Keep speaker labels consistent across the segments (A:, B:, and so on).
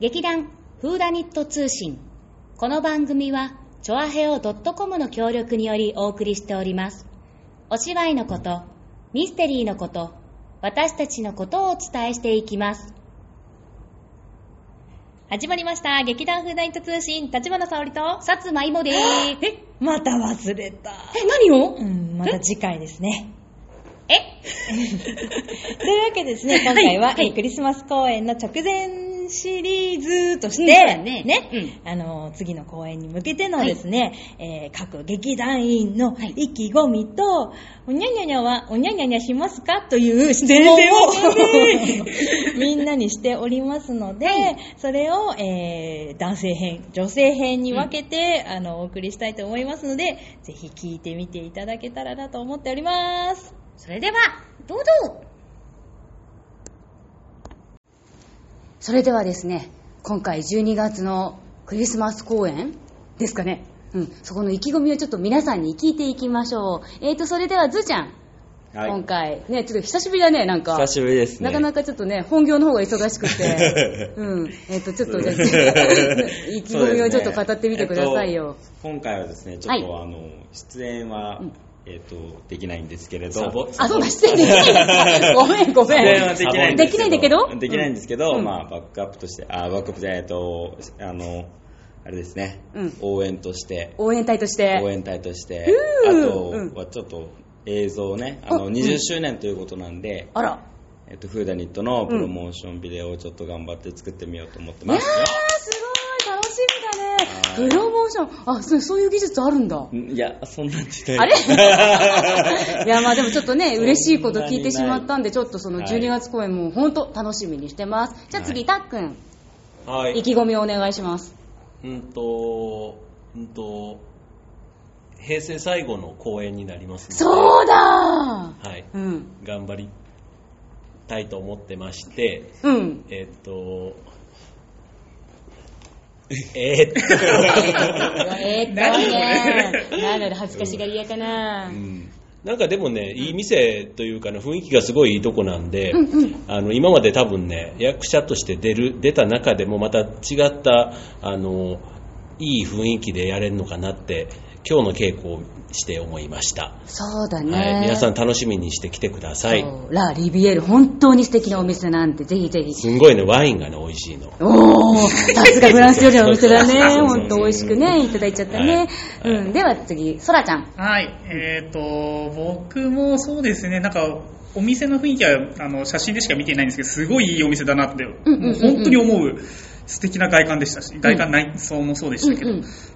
A: 劇団フーダニット通信この番組はチョアヘオ .com の協力によりお送りしておりますお芝居のことミステリーのこと私たちのことをお伝えしていきます
B: 始まりました。劇団フーダイント通信、立花沙織と。
A: 薩摩いもでーすえ
B: また忘れた。
A: え何を
B: うん、また次回ですね。
A: え
B: というわけでですね、今回は、
A: はいはい
B: えークリスマス公演の直前シリーズとして、
A: うんそうだね
B: あのー次の公演に向けてのですね、えー各劇団員の意気込みと、おにゃにゃにゃは、おにゃにゃにゃしますかという質問を みんなにしておりますので、それを、えー男性編、女性編に分けて、あの、お送りしたいと思いますので、ぜひ聞いてみていただけたらなと思っております。
A: それではどうぞそれではですね今回12月のクリスマス公演ですかねうんそこの意気込みをちょっと皆さんに聞いていきましょうえーとそれではズーちゃん、
C: はい
A: 今回ねちょっと久しぶりだねなんか
C: 久しぶりですね。
A: なかなかちょっとね本業の方が忙しく てうんえっ、とちょっとじゃあ 意気込みをちょっと語ってみてくださいよ、
C: そうですねえっと今回はですね、ちょっと、あの、出演は、えっと、できないんですけれど、
D: サボ
A: あそうだ失礼できない やつごめんご
C: 出
A: め
C: 演
A: ん
C: はできないん
A: で
C: で
A: き
C: す
A: ないんだけど
C: できないんですけ
A: う
C: ど、
A: ん
C: まあ、バックアップとして、あ、バックアップじゃない、えっと、あの、あれですね
A: うん、
C: 応援として、
A: 応援隊として
C: 応援隊として、あ
A: うー
C: と
A: うん
C: はちょっと映像をね、あ
A: あう
C: の、
A: ん
C: 20周年ということなんで、
A: あら
C: えっと、フーダニットのプロモーションビデオをちょっと頑張って作ってみようと思って
A: いや
C: ま
A: ーす
C: す。
A: ごい楽しみだね
C: はい
A: プロモーションあそうそういう技術あるんだ
C: んいや、そんなん時代
A: あ れいやまあでもちょっとね嬉しいこと聞いてしまったんでちょっとその
C: はい
A: 12月公演も本当楽しみにしてますじゃあ次たっくん
D: は
A: 意
D: い。
A: 気込みをお願いします
D: うんと、うんと、平成最後の公演になりますので、
A: そうだ
D: はい。
A: ーうん
D: 頑張りたいと思ってまして、
A: うん
D: えっと、えーっと、
A: えーっとねなんだろう恥ずかしがり屋かな
C: うん
D: なんかでもね、いい店というかね、雰囲気がすごいいいとこなんで、
A: うんうん
D: あの今まで多分ね、役者として出る出た中でもまた違ったあのいい雰囲気でやれるのかなって、今日の稽古をして思いました。
A: そうだ
D: はい、
A: ね
D: 皆さん楽しみにしてきてください。
A: そうラ・リビエール本当に素敵なお店なんでぜひぜひ
D: すんごいね、ワインがね、美味し いの。
A: おー、さすがフランス料理のお店だ ね。
D: そう
A: ほ
D: そうそうん
A: と美味しくね、いただいちゃったね。
D: はいはい
A: うん、では次、そらちゃん。
E: はい、えっ、と、僕もそうですね、なんか、お店の雰囲気はあの写真でしか見てないんですけど、すごいいいお店だなって、
A: うんうんうん
E: もう本当に思う、素敵な外観でしたし、外観内装もそうでしたけど、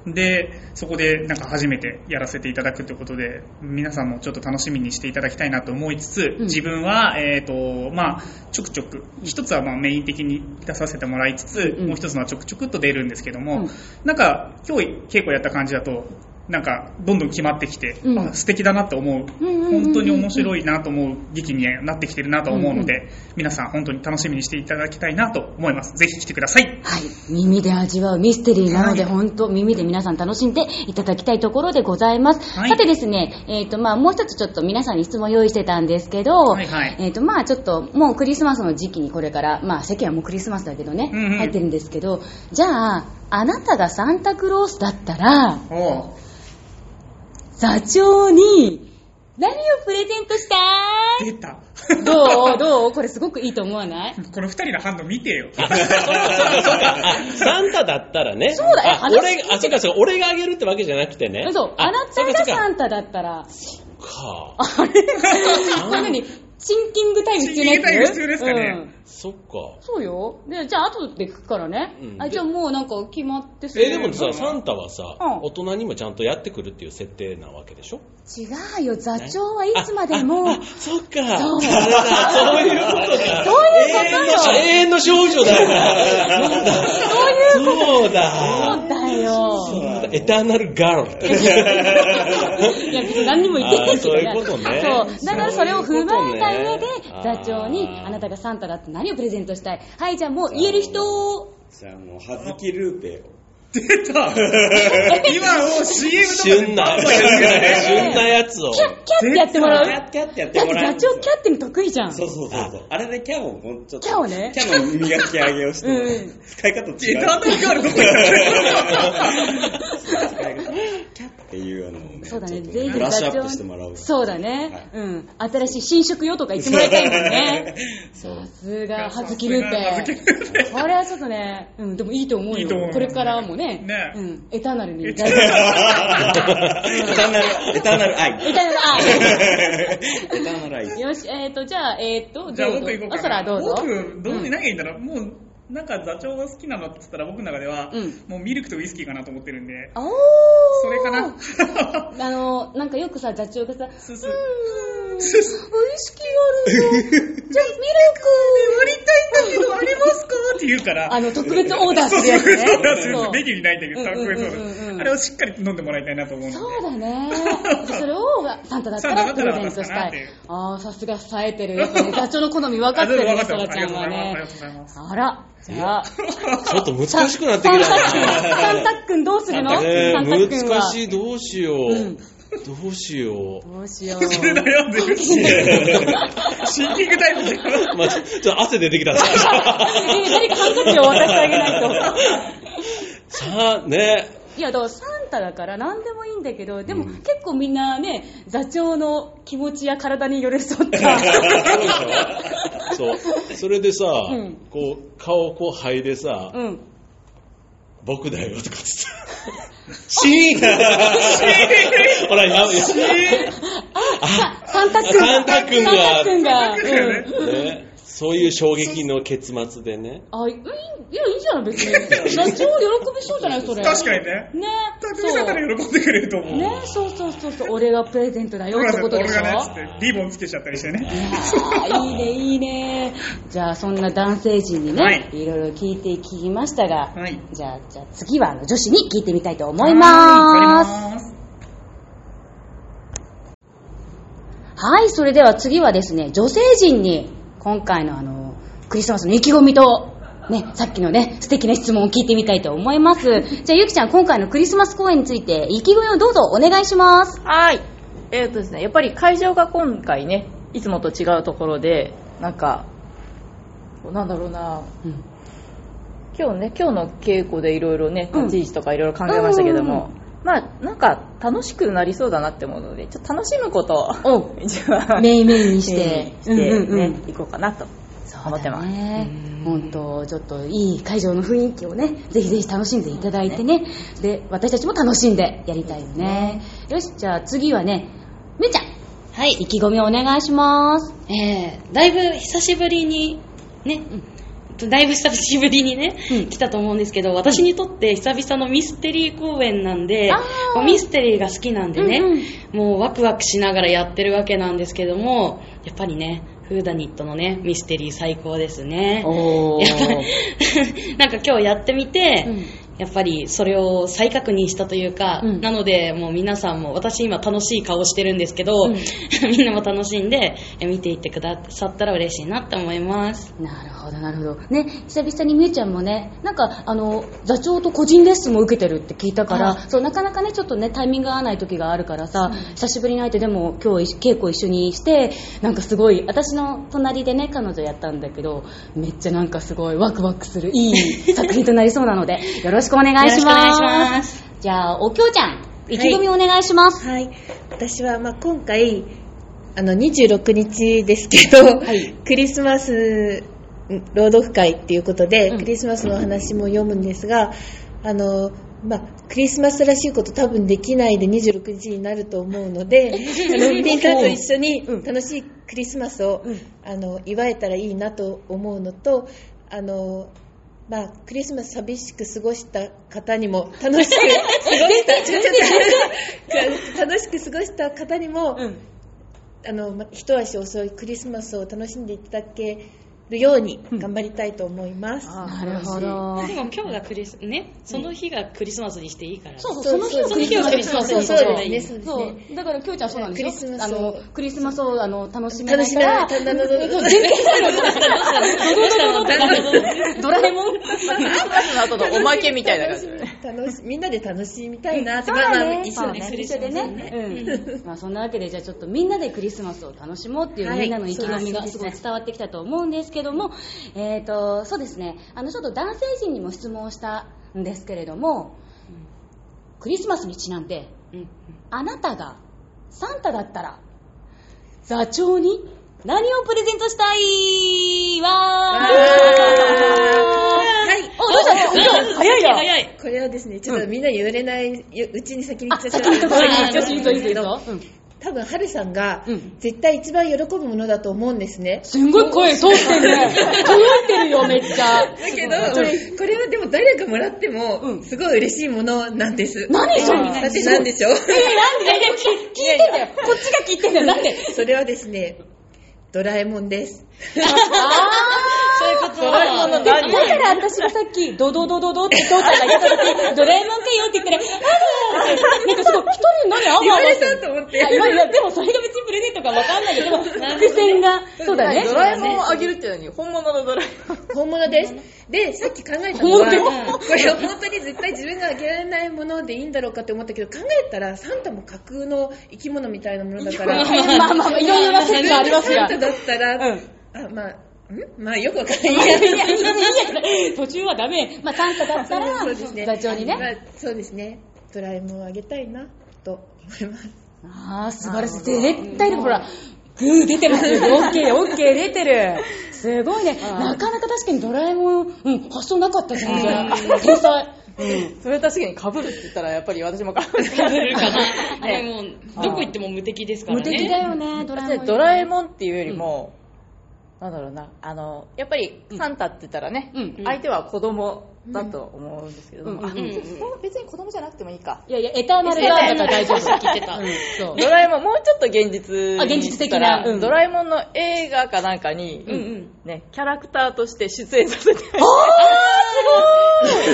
A: うん
E: で、そこでなんか初めてやらせていただくということで、皆さんもちょっと楽しみにしていただきたいなと思いつつ、
A: うん
E: 自分は、えっ、と、まあ、ちょくちょく、一つはまあメイン的に出させてもらいつつ、
A: うん
E: もう一つのはちょくちょくっと出るんですけど
A: う
E: も、
A: ん
E: なんか、今日稽古やった感じだと、なんか、どんどん決まってきて、
A: うん
E: あ素敵だなと思う、
A: うんうんうんうん
E: 本当に面白いなと思う劇になってきてるなと思うので、皆さん本当に楽しみにしていただきたいなと思います。ぜひ来てください。
A: はい。耳で味わうミステリーなので、
E: はい
A: 本当耳で皆さん楽しんでいただきたいところでございます。
E: はい
A: さてですね、えっ、と、まあ、もう一つちょっと皆さんに質問用意してたんですけど、
E: いはい
A: えっ、と、まあ、ちょっと、もうクリスマスの時期にこれから、まあ、世間はもうクリスマスだけどね、
E: うんうん
A: 入ってるんですけど、じゃあ、あなたがサンタクロースだったら、
E: おう
A: 座長に何をプレゼントした
E: 出た。
A: い どうどうこれすごくいいと思わない
E: この二人の反応見てよ。
D: あサンタだったらね。
A: そうだよ
D: あ、
A: 話聞い
D: 俺
A: て、
D: あ、そうか、そうか、俺があげるってわけじゃなくてね。
A: そう、あなた
D: そうか
A: が
D: そう
A: サ
D: か
A: ンタだったら、
D: か。
A: あれこれ何シンキングタイム必要なやつ
E: シンキングタイム必要ですかね
A: うん
D: そっか。
A: そうよ。で、じゃあ後で聞くからね。
D: うん
A: あ、じゃあもうなんか決まってさ
D: えでもさ、サンタはさ、
A: うん
D: 大人にもちゃんとやってくるっていう設定なわけでしょ
A: 違うよ、座長はいつまでも、
D: あそっか。
A: そう
D: あれだそういうこと
A: そ
D: だ。
A: ういうことよ
D: 永遠の少女だから。そうだ。そう
A: そう
D: だ。
A: だよ。
D: エターナルガール。
A: いや、別に何にも言ってないけどね。
D: あーそういうことね
A: そうだからそれを踏まえた上で
D: そういうこと、ね
A: 座長に、
D: あー
A: あなたがサンタだって何をプレゼントしたいはい、じゃあもう言える人
C: じゃあもう、はずきルーペを。
E: 出 た今を CM とか
D: 旬
E: で
D: な、
E: バンバンやるからね
D: 旬なやつを。
A: キャッキャッってやってもらう
C: キャッキャッてやっ
A: だ
C: て
A: って
C: もらう
A: ダ
C: んで
A: チ
C: すよ。
A: ョウキャッての得意じゃん。
C: そうそうそうそう。あれでキャをもうちょっと。
A: キャをね
C: キャの磨き上げを
A: う
C: して、使い方違う。
E: 時短でかかること
C: 使い方キャっていうあのね、
A: そうだ
C: ち
A: ね、
C: ょっと
A: ぜひ
C: ブラッシュア
A: ダチョ
C: ッ
A: ウ
C: プしてもらう。
A: そうだね、うん。新しい新色よとか言ってもらいたいもんね。さすが、はずきる
E: さすが葉
A: っ
E: 月ルー
A: て。これはちょっとね、うん、でもいいと思う
E: い
A: よ。
E: いと思う
A: これからもね、
E: ね
A: うん、エターナルに。エ
E: エ
A: タ
E: タ
A: ー
E: ー
C: エターナル、エターナル愛。エ
A: ナル、
C: ターナル
A: あ、
C: 愛。
A: よし、えっ、ー、と、じゃあ、えっ、ー、と、
E: じゃあ
A: どうぞ
E: 僕行こうかな。
A: あそらどうぞ。
E: 僕、どう何がいいんだろう。もう、なんか座長が好きなのって言ったら僕の中では、
A: うん
E: もうミルクとウイスキーかなと思ってるんで、
A: おー
E: それかな。
A: あの、なんかよくさ、座長がさ、
E: そう
A: う
E: そ
A: ん
E: う
A: うん、ウイ
E: そう
A: ス
E: そ
A: キーあるぞ。じゃあ、ミルク
E: 割りたいんだけどありますかって言うから、
A: あの、特別オーダー
E: そう
A: する
E: そ
A: や
E: うそう
A: つね。
E: そうメニューにないんだけど、かっこいいそ
A: うんうん
E: う
A: うんう
E: で
A: ん
E: あれをしっかり飲んでもらいたいなと思うの
A: そうだね。それをサンタだったらプレゼントし
E: サンタだったら渡すかな
A: た
E: ってい。
A: いうああ、さすが冴えてる。やっぱね、座長の好み分かってる
E: あ
A: ね、
E: 分
A: そ
E: かっ
A: ら
E: て
A: ちゃんはね
E: ありがとうございます。
A: あら、じゃあ。
D: ちょっと難しくなってきたな。
A: サンタックンどうするの
D: ねえ
A: サンタックンは
D: 難。しい、どうしよう。
A: うん
D: どうしよう。
A: どうしよう。
E: で。それ悩んでるし、シンキングタイムで。
D: まあ、ちょちょっと汗出てき た。さ
A: 誰かハンカチを渡してあげないと。
D: あ、ね
A: いや、だからサンタだから何でもいいんだけど、でも
D: うん
A: 結構みんなね、座長の気持ちや体に寄り添った。
D: そう。それでさ、
A: うん
D: こう、顔こう肺でさ、
A: うん。
D: 僕だよとかってさ、シーンほら、や
A: あ、サンタ君
D: サンタ君が
A: サンタ君が。うん
D: ね、そういう衝撃の結末でね。
A: あ、いい、いや、いいじゃん、別に。座長喜びそうじゃない、それ。
E: 確かにね。
A: ね。
E: 匠さんな
A: そ
E: ら喜んでくれると
A: う。
E: 思う。
A: ね、そうそうそうそう、俺がプレゼントだよってことでしょ。い
E: 俺がね、つっ
A: や
E: てリボンつけちゃったりしてね。
A: ーいいね、いいね。じゃあ、そんな男性陣にね、、
E: はい
A: ろいろ聞いて聞きましたが、
E: はい
A: じゃあ、じゃあ次はあの女子に聞いてみたいと思いま
E: はい
A: す。
E: わかります。
A: はい、それでは次はですね、女性陣に、今回のあの、クリスマスの意気込みと、ね、さっきのね、素敵な質問を聞いてみたいと思います。じゃあ、ゆきちゃん、今回のクリスマス公演について、意気込みをどうぞお願いします。
F: はい。えっ、とですね、やっぱり会場が今回ね、いつもと違うところで、なんか、なんだろうな、
A: うん
F: 今日ね、今日の稽古でいろいろね、
A: うん
F: 立ち位置とかいろいろ考えましたけども
A: う、
F: まあ、なんか楽しくなりそうだなって思うので、ちょっと楽しむことを、一番、
A: メイメイにして
F: えーして
A: うんうんうん
F: ね、いこうかなと思ってます。
A: ね、本当ちょっといい会場の雰囲気をねぜひぜひ楽しんでいただいてねで私たちも楽しんでやりたいよねよしじゃあ次はねめいちゃんはい意気込みをお願いします
G: えーだいぶ久しぶりに、ね、だいぶ久しぶりにね、
A: うん
G: 来たと思うんですけど、私にとって久々のミステリー公演なんで
A: あ、ー
G: もうミステリーが好きなんでね、
A: うん
G: もうワクワクしながらやってるわけなんですけども、やっぱりね、フーダニットのね、ミステリー最高ですね。
A: お
G: やっぱりなんか今日やってみて、
A: うん
G: やっぱりそれを再確認したというか、
A: うん
G: なのでもう皆さんも私今楽しい顔してるんですけど、
A: うん
G: みんなも楽しんでえ見ていってくださったら嬉しいなって思います
A: なるほどなるほどね久々にみゆちゃんもねなんかあの座長と個人レッスンも受けてるって聞いたからそうなかなかねちょっとねタイミングが合わない時があるからさ、久しぶりに会えてでも今日稽古一緒にしてなんかすごい私の隣でね彼女やったんだけどめっちゃなんかすごいワクワクするいい作品となりそうなの でよろしくお願いします
G: よろしくお願いします
A: じゃあおきょうちゃん意気込みお願いします、
H: はい、私は、まあ、今回あの26日ですけど、
A: はい
H: クリスマス朗読会っていうことで、
A: うん
H: クリスマスのお話も読むんですがあの、まあ、クリスマスらしいこと多分できないで26日になると思うの であの皆さんと一緒に楽しいクリスマスを、あの祝えたらいいなと思うのとあの、まあ、クリスマス寂しく過ごした方にも楽しく過ごしたちょっとちょっと 楽しく過ごした方にも、あのま一足遅いクリスマスを楽しんでいただけるように頑張りたいと思います。
A: なるほど
G: でも今日がクリスねその日がクリスマスにしていいから、
A: そうそうその日を
G: その日をクリスマスに
H: そうそうですねそうで
A: そ
H: すね
A: う、だから、きょうちゃんそうなんですよ。
H: クリスマ
A: あ
H: スを
A: の、クリスマスを、あの、楽しめな
H: 楽
A: い
H: し
A: か
H: め
A: ら、
H: たなどどど
G: どうしたのどうしたの
A: ドラえもん
F: クリスマスの後のおまけみたいな感じで。
H: 楽しみんなで楽しみたいなって、
G: そう
H: まあ
G: だ
H: まあ
G: ね。
H: 一
G: ま
H: 緒
G: あ
H: で
G: ね
H: す
G: 一緒でね。うん。まあそんなわけで、じゃあちょっとみんなでクリスマスを楽しもうっていう
H: はい
G: みんなの意気込み
H: そう
G: が
H: です
G: す
H: ね
G: ごい伝わってきたと思うんですけども、えっと、そうですね。あの、ちょっと男性陣にも質問をしたんですけれども、クリスマスにちなんで、
F: うん
G: あなたがサンタだったら、座長に何をプレゼントしたいわ
H: は
G: ー
H: い
G: お、どうしたどうした早いよ
F: 早い。
H: これはですねちょっとみんな言われないうちに先に言
G: あ、
H: っちゃっ
G: 先
H: た
G: にとこ
H: あ
G: い
H: の
G: い、女子いいぞ、いいぞ、いいぞ。
H: 多分春さんが
G: うん
H: 絶対一番喜ぶものだと思うんですね、
G: すんごい声通ってるね。届いてるよ、めっちゃ。
H: だけど、これこれはでも誰がもらって
G: う
H: も
G: ん
H: すごい嬉しいものなんです、
G: 何それ
H: だってなんでしょう
G: え、なんで、いやき聞いてんだよ。こっちが聞いてんだよ、なんで。
H: それはですねドラえもんです
G: そういうことだから私がさっき、ドドドドドって父ちゃんが言った時、ドラえもんかよって言ったら、あるって、なんかすごい、一人何あわあわ
H: 言われたと思って
G: いや、いやでもそれが別にプレゼントかわかんないけど、伏線が、そう だね。
F: ドラえもんをあげるって何本物のドラえもん。
H: 本物です。で、さっき考えたのは、
G: 本物
H: これは本当に絶対自分があげられないものでいいんだろうかって思ったけど、考えたら、サンタも架空の生き物みたいなものだから、サン
G: まあまあまあ、いろいろな線がありますが。
H: タだったら、あ、まあ、んまあよくわかんない。
G: いやいやいやいやいや途中はダメ。まあ、サンタ だったら、
H: そうですね。
G: 座長に
H: まあ
G: ね。。
H: そうですね。ドラえもんをあげたいな、と思います。
G: ああ、素晴らしい。絶対にほら、グー出てます よ。オッケー、オッケー出てる。すごいね。なかなか確かにドラえもん、うん、発想なかったですね。天 才。
F: それ確かに被るって言ったら、やっぱり私も被る。
G: 被
F: 被
G: るかな
F: な。ね、
G: も
F: あー
G: どこ行っっても無敵ですからね。無敵だよね、ドラえもん。
F: ドラえもんっていうよりも、なんだろうな、あの、やっぱりサンタって言ったらね、
G: うん
F: 相手は子供だと思うんですけども、
G: うん
F: あ
G: うんうん
F: そう別に子供じゃなくてもいいか。
G: いやいや、エターナルガードだから大丈夫。聞いてた。そう。
F: ドラえもん、もうちょっと現実
G: あ現実的
F: にし
G: な
F: たら
G: うん
F: ドラえもんの映画かなんかに、
G: うんうん
F: ね、キャラクターとして出演させて、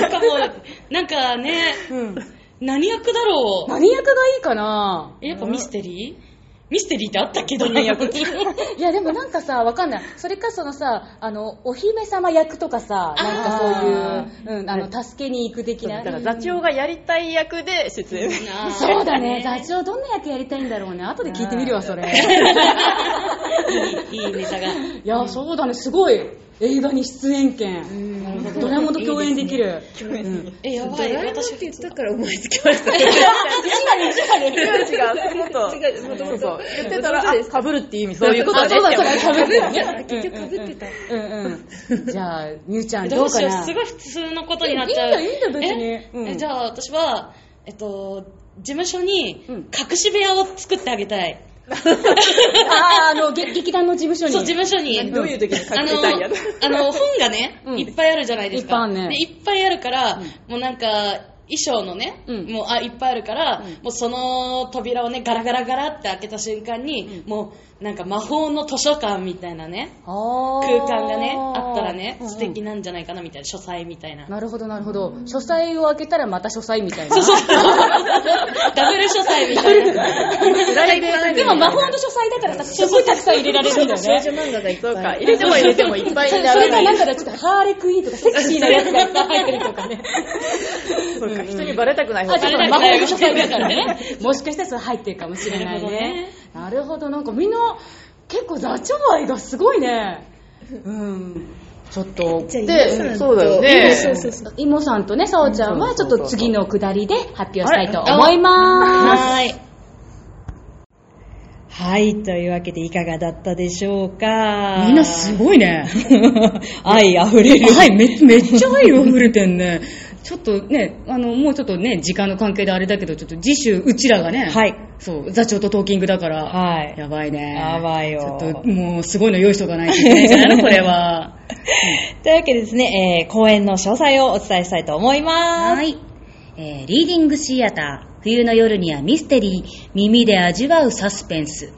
G: なんかもう、なんかね、何役だろう。何役がいいかなやっぱミステリーミステリーってあったけどね、役いや、でもなんかさ、わかんない。それかそのさ、あの、お姫様役とかさ、 なんかそういう、うん、あの、助けに行く的な
F: だ。から座長がやりたい役で出演。
G: そうだね。座長どんな役やりたいんだろうね。後で聞いてみる わ、それ。いい、ネタが。いや、そうだね。すごい。映画に出演権。ドラえもんと共演できる。
H: え、やばい。ドラえもんって言ったから思いつき ました。
F: 違う違う、もっと、
H: 違うもともと
F: そうそう言ってたら、あ、被るっていう意味、そういうこと
G: あ
F: ね。
G: そうだ、そうだ、かぶってるね。
H: 結局被ってた。
G: うん うん。じゃあ、みゆちゃ ん、どうかな。
I: すごい普通のことになっち
G: いいん
I: ゃう。
G: だよいいんだよ別に
I: え
G: うん
I: えじゃあ私は、えっと、事務所に
G: うん
I: 隠し部屋を作ってあげたい。
G: あー、あの、げ劇団の事務所に。
I: そう、事務所に。
F: どういう時に
I: あ
F: 隠れたいやつ。
I: の、あの本がね、
G: うん
I: いっぱいあるじゃないですか。
G: いっぱいあるね
I: でいっぱいあるから、もうなんか、衣装のね、
G: うん
I: もう、あ、いっぱいあるから、もうその扉をね、ガラガラガラって開けた瞬間に、もう、なんか魔法の図書館みたいなね、
G: あー
I: 空間がね、あったらね、素敵。
G: うん
I: なんじゃないかなみたいな、書斎みたいな
G: うん。なるほど、なるほど。書斎を開けたらまた書斎みたいな。
I: ダブル 書斎みたいな。
G: でも魔法の書斎だからさ、すごいたくさん入れられるんだよね。
H: 少女漫画がいっぱ
F: そう
H: い。
F: か、入れても入れてもいっぱい
G: そ
F: に
G: れ
F: な
G: そ
F: ら
G: れか
F: ない。
G: なんかちょっとハーレクイーンとかセクシーなやつがいっぱい入ってるとかね。
F: そうか、人にバレたくない方
G: あ、
F: が
G: ちょっと魔法の書斎だからね。もしかしたらそれ入ってるかもしれないね。なるほど、なんかみんな、結構座長愛がすごいね。うん。ちょっと。
H: じゃあ
F: で
H: 皆さんと
F: そうだよね
H: そうそうそう。
G: イモさんとね、さおちゃんはちょっと次のくだりで発表したいと思います。
I: はい。
B: はい、というわけでいかがだったでしょうか。
I: みんなすごいね。
B: 愛あふれる。
I: はい、めめっちゃ愛が溢れてんね。ちょっとね、あの、もうちょっとね、時間の関係であれだけど、ちょっと次週、うちらがね、
B: はい。
I: そう、座長とトーキングだから、
B: はい
I: やばいね。
B: やばいよ
I: ちょっと、もう、すごいの用意しとかないといけないんじゃないの、これは。
B: というわけでですね、えー、公演の詳細をお伝えしたいと思います。
A: はい。えーリーディングシアター、冬の夜にはミステリー、耳で味わうサスペンス。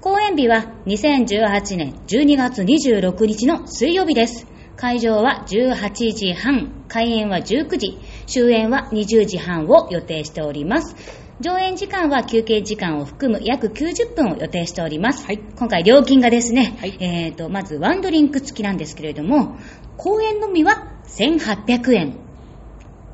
A: 公演日は2018年12月26日の水曜日です。会場は18時半、開演は19時、終演は20時半を予定しております。上演時間は休憩時間を含む約90分を予定しております。今回料金がですね、えーと、まずワンドリンク付きなんですけれども、公演のみは1800円。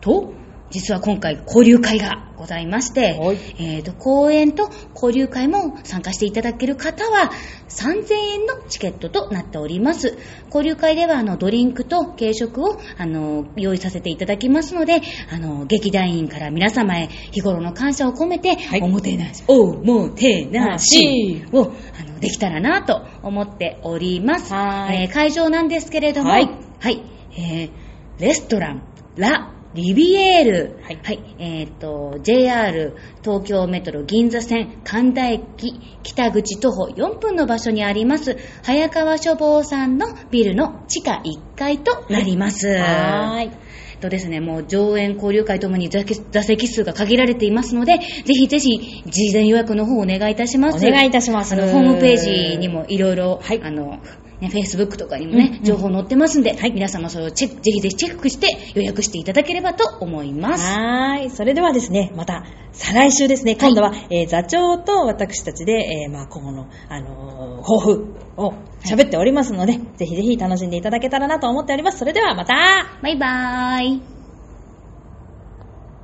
A: と、実は今回交流会がございまして
H: はい、
A: えー、と公演と交流会も参加していただける方は3000円のチケットとなっております交流会ではあのドリンクと軽食をあの用意させていただきますのであの劇団員から皆様へ日頃の感謝を込めて、おもてなしおもてなしをあのできたらなと思っております、
H: はい
A: えー会場なんですけれども、
H: はい
A: はいえーレストランラ・リビエール、
H: はい
A: えー、と JR 東京メトロ銀座線神田駅北口徒歩4分の場所にあります早川書房さんのビルの地下1階となります。
H: はーい。
A: えっとですね、もう上演交流会ともに座席座席数が限られていますので、ぜひぜひ事前予約の方をお願いいたします。
H: お願いいたします
A: あのホームページにもいろいろ、
H: はい
A: あの、ね、Facebook とかにも
H: うんう
A: ね
H: ん、
A: 情報載ってますんで、皆様それをチェック、ぜひぜひチェックして予約していただければと思います。
H: はーい。それではですね、また、再来週ですね、今度は、えー座長と私たちで、えーまあ、今後の、あのー抱負を喋っておりますので、ぜひぜひ楽しんでいただけたらなと思っております。それではまた
A: バイバーイ。